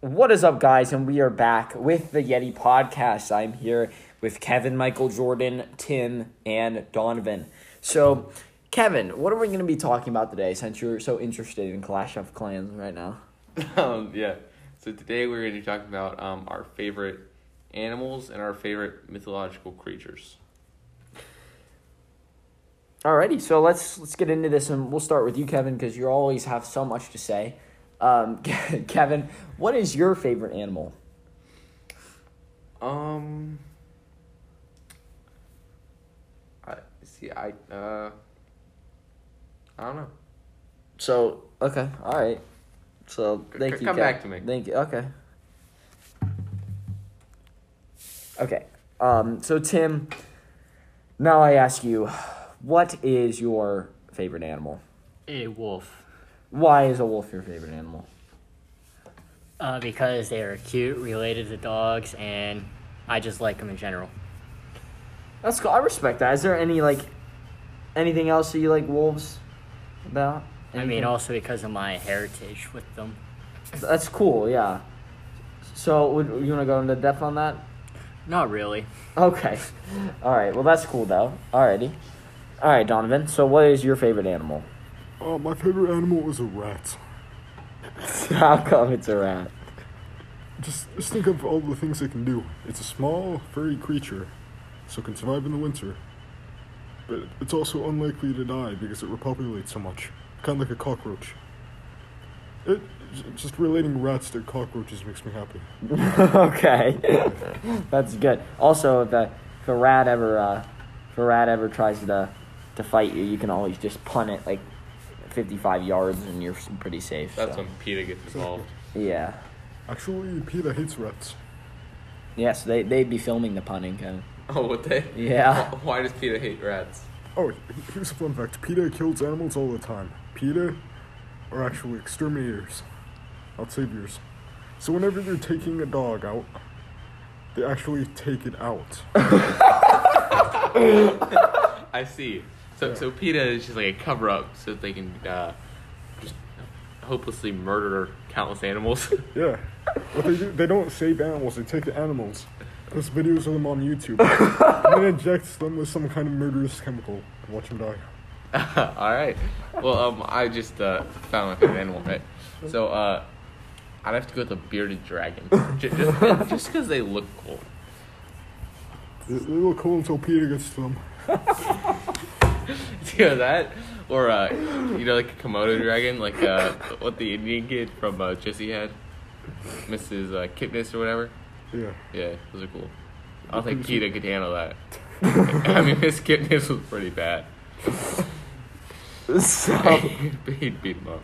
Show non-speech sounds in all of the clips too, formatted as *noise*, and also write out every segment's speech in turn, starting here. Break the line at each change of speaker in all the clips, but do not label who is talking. What is up, guys? And we are back with the Yeti podcast. I'm here with Kevin, Michael, Jordan, Tim, and Donovan. So, Kevin, what are we going to be talking about today since you're so interested in Clash of Clans right now?
Um, yeah. So today we're going to be talking about um, our favorite animals and our favorite mythological creatures.
Alrighty, so let's let's get into this, and we'll start with you, Kevin, because you always have so much to say. Um, *laughs* Kevin, what is your favorite animal?
Um, I see. I uh, I don't know.
So okay, all right. So
C-
thank
c-
you.
come
Kev.
back to me.
Thank you. Okay. Okay. Um. So Tim, now I ask you, what is your favorite animal?
A wolf.
Why is a wolf your favorite animal?
Uh, because they are cute, related to dogs, and I just like them in general.
That's cool. I respect that. Is there any like anything else that you like wolves about?
I mean,
Anything?
also because of my heritage with them.
that's cool. Yeah. So would you want to go into depth on that?
Not really.
Okay. All right. Well, that's cool though. Alrighty. All right, Donovan. So, what is your favorite animal? *laughs*
Uh, my favorite animal is a rat.
How come it's a rat? *laughs*
Just, just think of all the things it can do. It's a small, furry creature, so it can survive in the winter. But it's also unlikely to die because it repopulates so much, kind of like a cockroach. It j- just relating rats to cockroaches makes me happy.
okay, *laughs* that's good. Also, if a, if a rat ever uh, if a rat ever tries to to fight you, you can always just punt it like fifty five yards, and you're s- pretty safe.
That's
so.
when PETA gets involved.
Yeah.
Actually, Peter hates rats.
Yes, they they'd be filming the punting. Kind
Oh, would they?
Yeah. *laughs*
Wh- *laughs* Why does PETA hate rats?
Oh, he- here's a fun fact: Peter kills animals all the time. Peter are actually exterminators, not saviors. So whenever they're taking a dog out, they actually take it out.
I see. So so PETA is just like a cover up so that they can uh, just hopelessly murder countless animals. *laughs*
yeah, what they do, they don't save animals; they take the animals. There's videos of them on YouTube. and then injects them with some kind of murderous chemical and watch them die.
*laughs* All right. Well, um, I just uh, found my favorite animal, right? So, uh, I'd have to go with a bearded dragon, Ju- just just because they look cool. *laughs*
They, they look cool until Peter gets to them.
You know that, or uh, you know, like a Komodo dragon, like uh, what the Indian kid from uh, Jesse had, Mrs. Uh, Kipnis or whatever.
Yeah.
Yeah, those are cool. I don't think Peter could handle that. *laughs* I mean, Miss Kipnis was pretty bad.
of. So.
*laughs* He'd beat him up.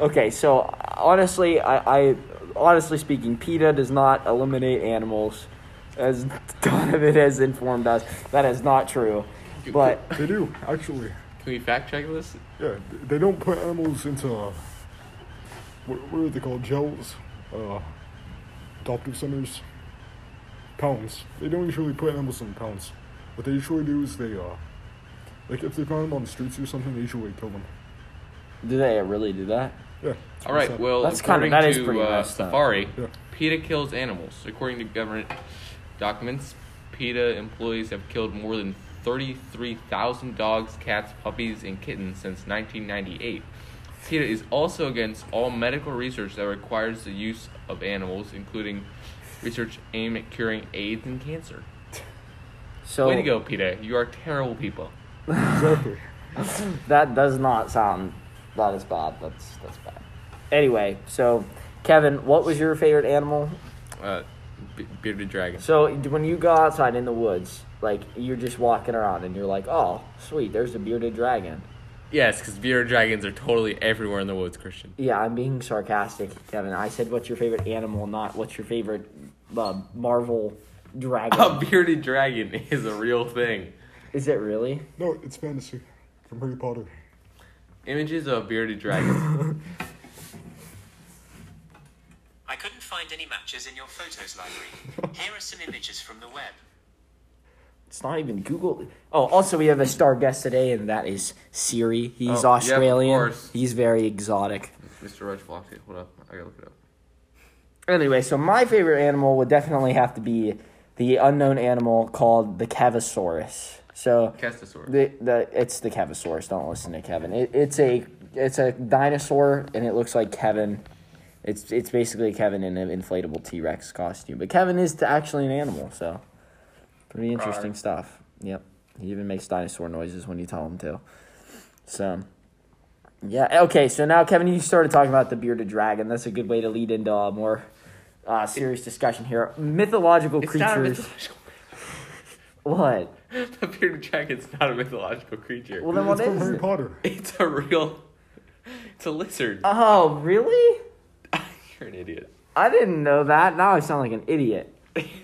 Okay, so honestly, I, I honestly speaking, PETA does not eliminate animals, as *laughs* Donovan has informed us. That is not true. But
They do actually.
Can we fact check this?
Yeah, th- they don't put animals into uh, what, what are they called? Gels, uh, adoptive centers, pounds. They don't usually put animals in pounds. What they usually do is they, uh, like if they found them on the streets or something, they usually kill them.
do they really do that?
Yeah.
All right. Well,
That's kinda-
according
that is pretty
to uh,
messed up.
Safari,
Yeah.
PETA kills animals. According to government documents, PETA employees have killed more than 33,000 dogs, cats, puppies, and kittens since 1998. PETA is also against all medical research that requires the use of animals, including research aimed at curing AIDS and cancer.
So
Way
Oh.
to go, PETA! You are terrible people.
exactly.
that does not sound that is bad. That's that's bad. Anyway, so Kevin, what was your favorite animal?
Uh, be- bearded dragon.
So when you go outside in the woods, like you're just walking around and you're like, oh, sweet, there's a bearded dragon.
Yes, because bearded dragons are totally everywhere in the woods, Christian.
Yeah, I'm being sarcastic, Kevin. I said, "What's your favorite animal?" Not "What's your favorite uh, Marvel dragon?"
A bearded dragon is a real thing.
Is it really?
No, it's fantasy from Harry Potter.
Images of bearded
*laughs*
dragons.
I couldn't find any matches in your photos library. Here are some images from the web.
It's not even Google. Oh, also we have a star guest today, and that is Siri. He's
Oh, yeah, of
Australian.
course.
He's very exotic.
Mr. Roach Hold up. I gotta look it up.
Anyway, so my favorite animal would definitely have to be the unknown animal called the Cavasaurus. So
Castosaurus.
the, the it's the Cavasaurus. Don't listen to Kevin. It, it's a it's a dinosaur and it looks like Kevin. It's it's basically Kevin in an inflatable T Rex costume. But Kevin is t- actually an animal, so pretty interesting stuff. Yep, he even makes dinosaur noises when you tell him to. So. Yeah. Okay. So now, Kevin, you started talking about the bearded dragon. That's a good way to lead into a more uh, serious discussion here. Mythological
It's not a
creatures.
*laughs* mythological.
What?
the bearded dragon's not a mythological creature.
Well, then
It's
what
from
is
Harry
it?
*laughs*
Potter.
it's a real. It's a lizard.
Oh, really?
You're an idiot.
I didn't know that. Now I sound like an idiot.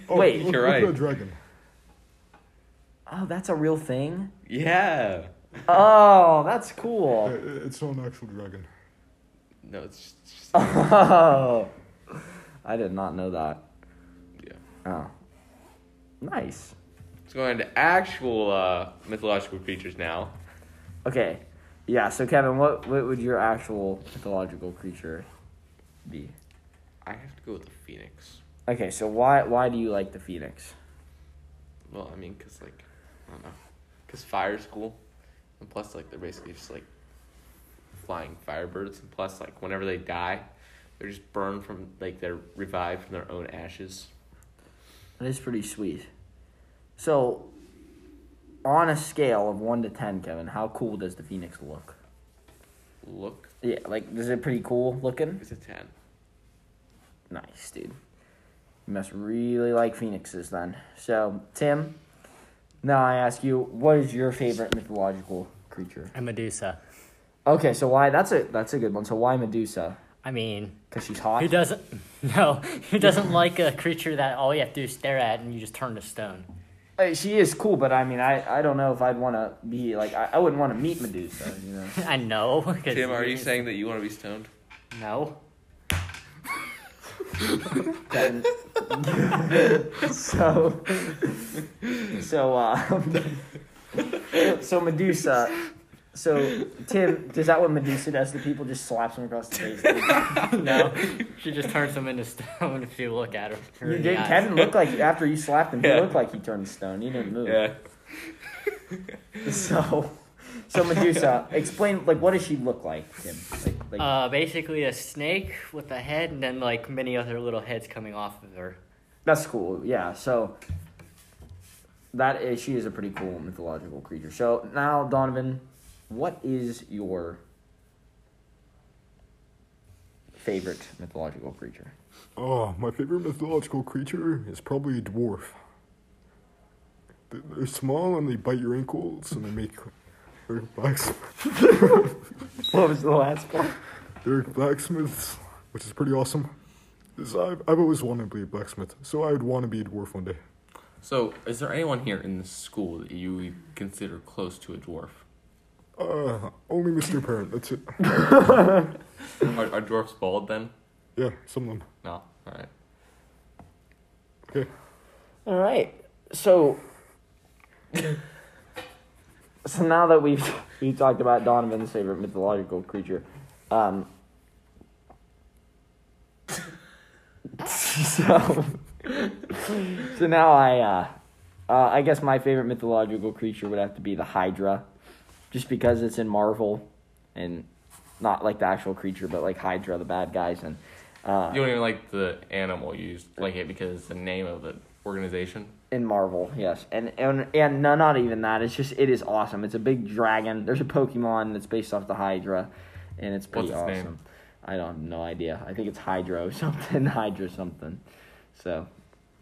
Oh,
Wait.
look,
You're
look at
right.
that dragon.
Oh, that's a real thing.
Yeah.
Oh, that's
Uh,
cool. *laughs*
It's not an actual dragon.
No, it's just.
*laughs*
it's just-
Oh, I did not know that.
yeah.
Oh, nice.
Let's go into actual uh, mythological creatures now.
Okay, yeah. So, Kevin, what what would your actual mythological creature be?
I have to go with the phoenix.
Okay, so why why do you like the phoenix?
Well, I mean, cause like, I don't know, cause fire's cool, and plus like they're basically just like flying firebirds, and plus like whenever they die, they're just burned from like they're revived from their own ashes.
That is pretty sweet. So, on a scale of one to ten, Kevin, how cool does the phoenix look?
Look,
Yeah, like is it pretty cool looking?
it's a ten.
Nice, dude. You must really like phoenixes then. So, Tim, now I ask you, what is your favorite mythological creature?
A Medusa.
Okay, so why? That's a that's a good one. So why Medusa?
I mean,
Because she's hot.
who doesn't? *laughs* No, who doesn't like a creature that all you have to do is stare at and you just turn to stone? *laughs*
Uh, she is cool, but I mean, I, I don't know if I'd want to be like I, I wouldn't want to meet Medusa. You know.
I know. 'cause
Tim, are you
it's-
saying that you want to be stoned?
no?
Then- *laughs* so, so, um, *laughs* so Medusa. So, Tim, does that what Medusa does to people? Just slaps them across the face.
No.
*laughs*
she just turns them into *laughs* stone if you look at her. her
You
in the
did.
eyes.
Kevin looked like after you slapped him, he
Yeah.
looked like he turned stone. He didn't move. *laughs* So, so Medusa, explain like what does she look like, Tim? Like, like
Uh, basically a snake with a head and then like many other little heads coming off of her.
That's cool. Yeah. So that is she is a pretty cool mythological creature. So now Donovan, what is your favorite mythological creature?
Oh, my favorite mythological creature is probably a dwarf. They- They're small and they bite your ankles and they make. They're, blacks-
What was the last one?
they're blacksmiths, which is pretty awesome. This- I've, I've always wanted to be a blacksmith, so I would want to be a dwarf one day.
So, is there anyone here in the school that you would consider close to a dwarf?
Uh, only Mr. Parent, that's it.
Are, are dwarfs bald then?
Yeah, some of them.
No. All right.
Okay.
All right. So so now that we've we talked about Donovan's favorite mythological creature, um *laughs* so so now I uh, uh I guess my favorite mythological creature would have to be the Hydra, just because it's in Marvel, and not like the actual creature, but like Hydra, the bad guys, and uh,
You don't even like the animal. You just like it because it's the name of the organization.
in Marvel, yes, and and and no, not even that. It's just it is awesome. It's a big dragon. There's a Pokemon that's based off the Hydra, and it's pretty
What's its
awesome.
name?
I don't have no idea. I think it's Hydro *laughs* something, Hydra something. So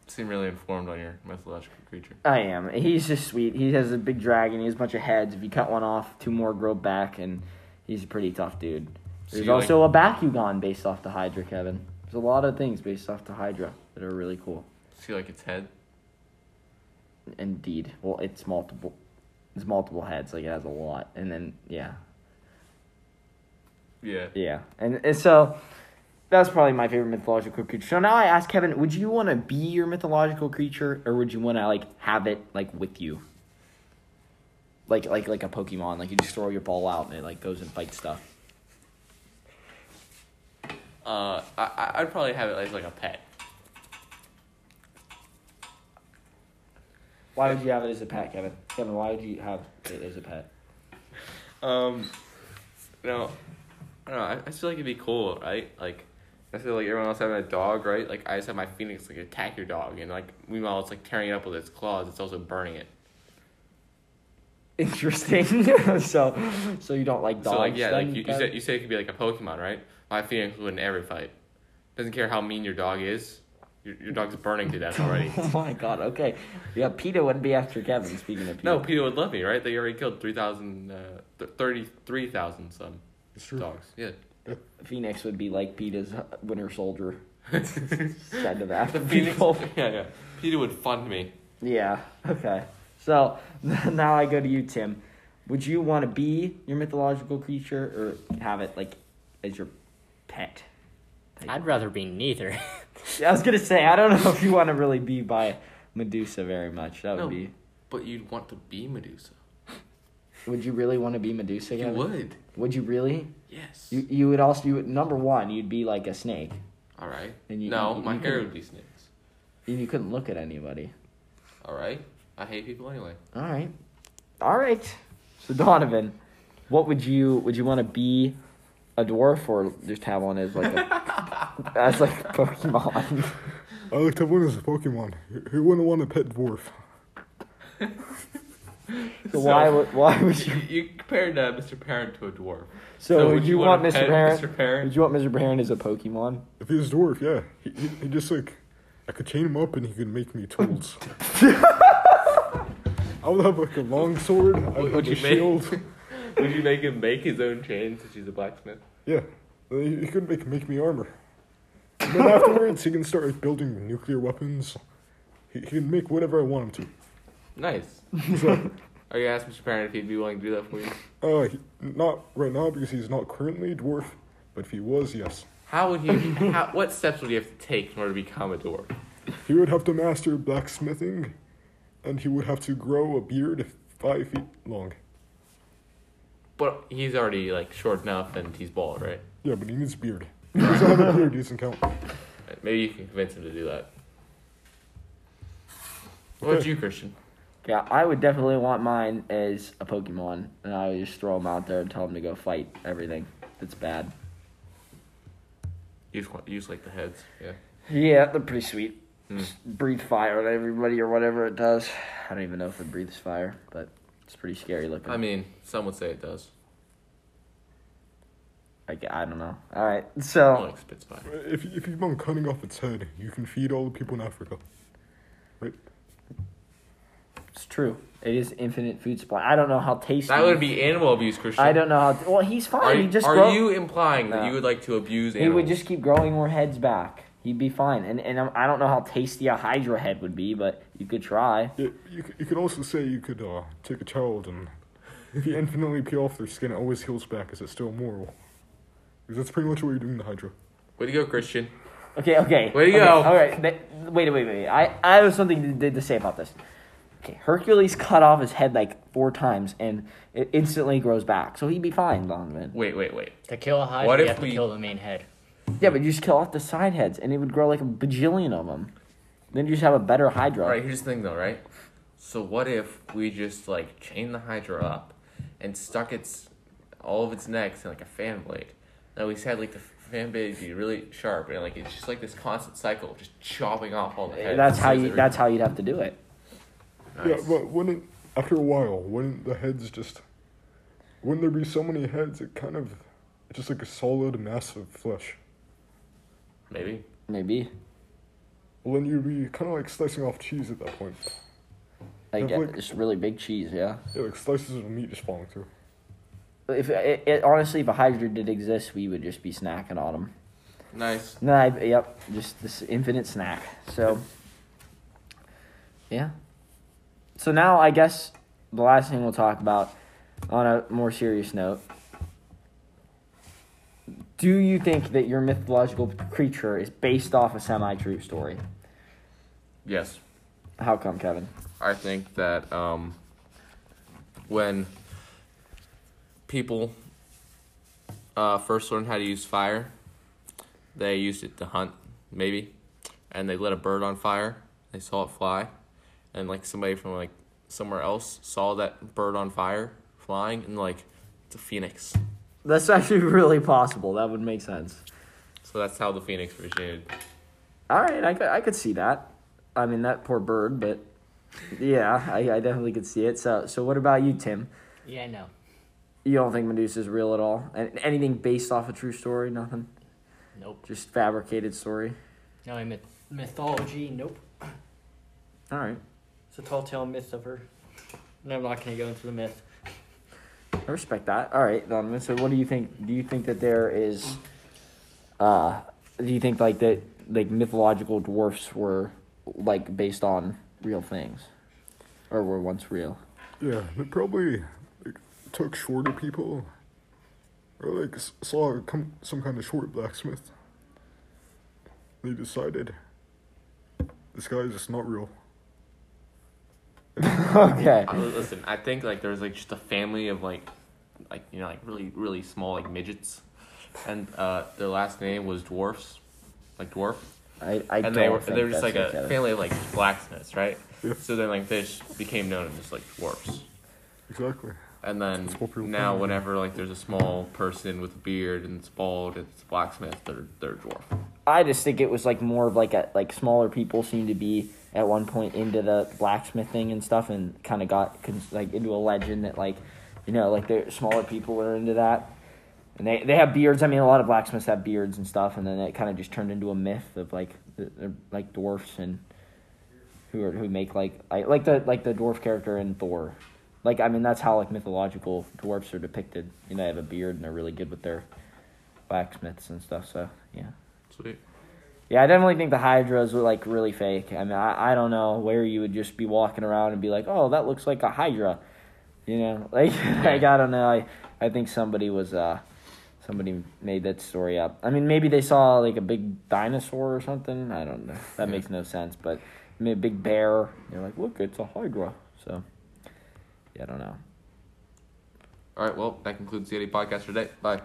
Seem really informed on your mythological creature.
I am. He's just sweet. He has a big dragon. He has a bunch of heads. If you cut one off, two more grow back, and he's a pretty tough dude.
So
There's
you like-
also a Bakugan based off the Hydra, Kevin. There's a lot of things based off the Hydra that are really cool.
See like its head.
Indeed. Well, it's multiple. It's multiple heads. Like it has a lot, and then yeah,
Yeah.
yeah, and and so that's probably my favorite mythological creature. So now I ask Kevin, would you want to be your mythological creature, or would you want to like have it like with you? Like like like a Pokemon, like you just throw your ball out and it like goes and fights stuff.
Uh, I- I I'd probably have it as like a pet.
Why would you have it as a pet, Kevin? Kevin, why would you have it as a pet?
Um, no, I don't know. I, I just feel like it'd be cool, right? Like, I feel like everyone else having a dog, right? Like, I just have my phoenix like attack your dog, and like meanwhile it's like tearing it up with its claws. It's also burning it.
*laughs* Interesting. *laughs* so, so you don't like dogs?
so like yeah, like
then,
you, you
Kevin?
said, you said it could be like a Pokemon, right? My phoenix would in every fight. Doesn't care how mean your dog is. Your, your dog's burning to death already.
*laughs* Oh my god. Okay. Yeah, Peter wouldn't be after Kevin. Speaking of Peter.
No, Peter would love me, right? They already killed 3,000, uh, th- 33,000 some
It's true.
dogs. Yeah.
Phoenix would be like Peter's Winter Soldier. Said to that.
*laughs* The *laughs* Phoenix.
people.
Yeah, yeah. Peter would fund me.
Yeah. Okay. So *laughs* now I go to you, Tim. Would you want to be your mythological creature or have it like as your pet?
I'd rather be neither. *laughs*
I was gonna say I don't know if you want to really be by Medusa very much. That would
No.
be.
But you'd want to be Medusa.
Would you really want to be Medusa?
You
Kevin?
would.
Would you really?
Yes.
You you would also you would, number one you'd be like a snake
All right.
And you-
no,
you-
my
you
hair
can-
would be snakes.
and you couldn't look at anybody.
All right. I hate people anyway.
All right, all right. So Donovan, what would you would you want to be? A dwarf or just have one as like a *laughs* as like a Pokemon?
I like to one as a Pokemon. Who- Who wouldn't want a pet dwarf?
*laughs* So *laughs* why would why would
*laughs* You,
you?
you compared uh, Mr. Parent to a dwarf.
So, would you, want,
a
Mr.
pet
Parent?
Mr. Parent?
Would you want Mr. Parent as a Pokemon?
If he was a dwarf, yeah. He, he, he just like, I could chain him up and he could make me tools. I would have like a long sword. I would,
Would-
have
would
a
you make-
shield.
Would you make him make his own chain since he's a blacksmith?
Yeah, Uh, he, he could make make me armor. And then afterwards, he can start like building nuclear weapons. He, he can make whatever I want him
*laughs*
Nice.
to. So,
*laughs* Are you asking Mr. Parent if he'd be willing to do that for you?
uh, he, not right now because he's not currently a dwarf, but if he was, yes,
How would you? how, what steps would you have to take in order to become a dwarf?
he would have to master blacksmithing, and he would have to grow a beard five feet long.
But he's already like short enough, and he's bald, right?
Yeah, but he needs a beard. He doesn't have a beard. He doesn't count.
Maybe you can convince him to do that. What about you, Christian?
Yeah, I would definitely want mine as a Pokemon, and I would just throw him out there and tell him to go fight everything that's bad.
You just, want, you just like the heads, yeah.
Yeah, they're pretty sweet.
Hmm.
Just breathe fire on everybody or whatever it does. I don't even know if it breathes fire, but it's pretty scary looking.
I mean, some would say it does.
I, g- I don't know. All right,
I
so
like Spitfire.
If if you keep on cutting off its head, you can feed all the people in Africa. Right?
it's true. It is infinite food supply. I don't know how tasty.
That would be animal abuse, Christian.
I don't know how. Well, he's fine.
Are,
he just
are
grow-
you implying that
No.
you would like to abuse
He
animals?
would just keep growing more heads back. He'd be fine. And and I'm- I don't know how tasty a Hydra head would be, but you could try.
Yeah, you, c- you could also say you could uh, take a child and if you infinitely peel off their skin, it always heals back. Is it still moral? Because that's pretty much what you're doing to Hydra.
Way to go, Christian.
Okay, okay.
Way to
okay,
go.
All right. th- wait, wait, wait, wait. I, I have something to, to say about this. Okay, Hercules *laughs* cut off his head like four times and it instantly grows back. So he'd be fine, Donovan.
Wait, wait, wait.
to kill a Hydra,
What
you
if
have to
we-
kill the main head.
Yeah, but you just kill off the side heads and it would grow like a bajillion of them. Then you just have a better Hydra.
All right, here's the thing though, right? So what if we just like chain the Hydra up and stuck its all of its necks in like a fan blade? Now we had like the fan blade be really sharp and like it's just like this constant cycle, of just chopping off all the heads.
That's
as
how
soon as
you.
it
That's how you'd have to do it.
reaches-
Yeah, but wouldn't, after a while, wouldn't the heads just. Wouldn't there be so many heads? It kind of. It's just like a solid mass of flesh.
maybe.
Maybe.
Well, then you'd be kind of like slicing off cheese at that point.
Like
That's
uh,
like-
it's really big cheese. Yeah.
Yeah, like slices of meat just falling through.
If uh, it, it, honestly, if a Hydra did exist, we would just be snacking on them.
Nice.
No, I, yep, just this infinite snack. So, yeah. So now I guess the last thing we'll talk about on a more serious note. Do you think that your mythological creature is based off a semi-true story?
Yes.
How come, Kevin?
I think that um, when people uh, first learned how to use fire, They used it to hunt, maybe, and they lit a bird on fire. They saw it fly, and like somebody from like somewhere else saw that bird on fire flying, and like it's a phoenix.
That's actually really possible. That would make sense.
So that's how the phoenix originated.
All right, I could, I could see that. I mean, that poor bird, but yeah, I, I definitely could see it. So, so what about you, Tim?
Yeah, no.
You don't think Medusa's real at all? And anything based off a true story? Nothing.
Nope.
Just fabricated story.
No, I myth- mythology, nope.
All right.
It's a tall tale myth of her. And I'm not going to go into the myth.
I respect that. All right, Donovan. So, what do you think? Do you think that there is, uh, do you think like that like mythological dwarfs were like based on real things, or were once
*coughs*
real?
Yeah, they probably like, took shorter people, or like s- saw com- some kind of short blacksmith. They decided this guy is just not real.
okay.
I, listen, I think like there's like just a family of like, like you know like really really small like midgets, and uh their last name was dwarfs, like dwarf,
I I
and
don't
they were
think
they were just
that's
like a
okay.
family of like blacksmiths, right? So then like they just became known as like dwarfs.
Exactly.
And then
It's popular
now,
opinion.
whenever like there's a small person with a beard and it's bald, and it's a blacksmith. They're they're a dwarf.
I just think it was like more of like a like smaller people seemed to be at one point into the blacksmithing and stuff, and kind of got cons- like into a legend that like, you know, like the smaller people are into that, and they they have beards. I mean, a lot of blacksmiths have beards and stuff, and then it kind of just turned into a myth of like the, the- like dwarfs and who are who make like I like the like the dwarf character in Thor. Like I mean, that's how like mythological dwarfs are depicted. You know, they have a beard and they're really good with their blacksmiths and stuff. So yeah.
Sweet.
Yeah, I definitely think the hydras were like really fake. I mean, I, I don't know where you would just be walking around and be like, oh, that looks like a hydra, you know? *laughs* Like, like I don't know. I I think somebody was uh somebody made that story up. I mean, maybe they saw like a big dinosaur or something. I don't know. That makes no sense. But I mean, a big bear. You're like, look, it's a hydra. So yeah, I don't know.
All right. Well, that concludes the Eddie podcast for today. Bye.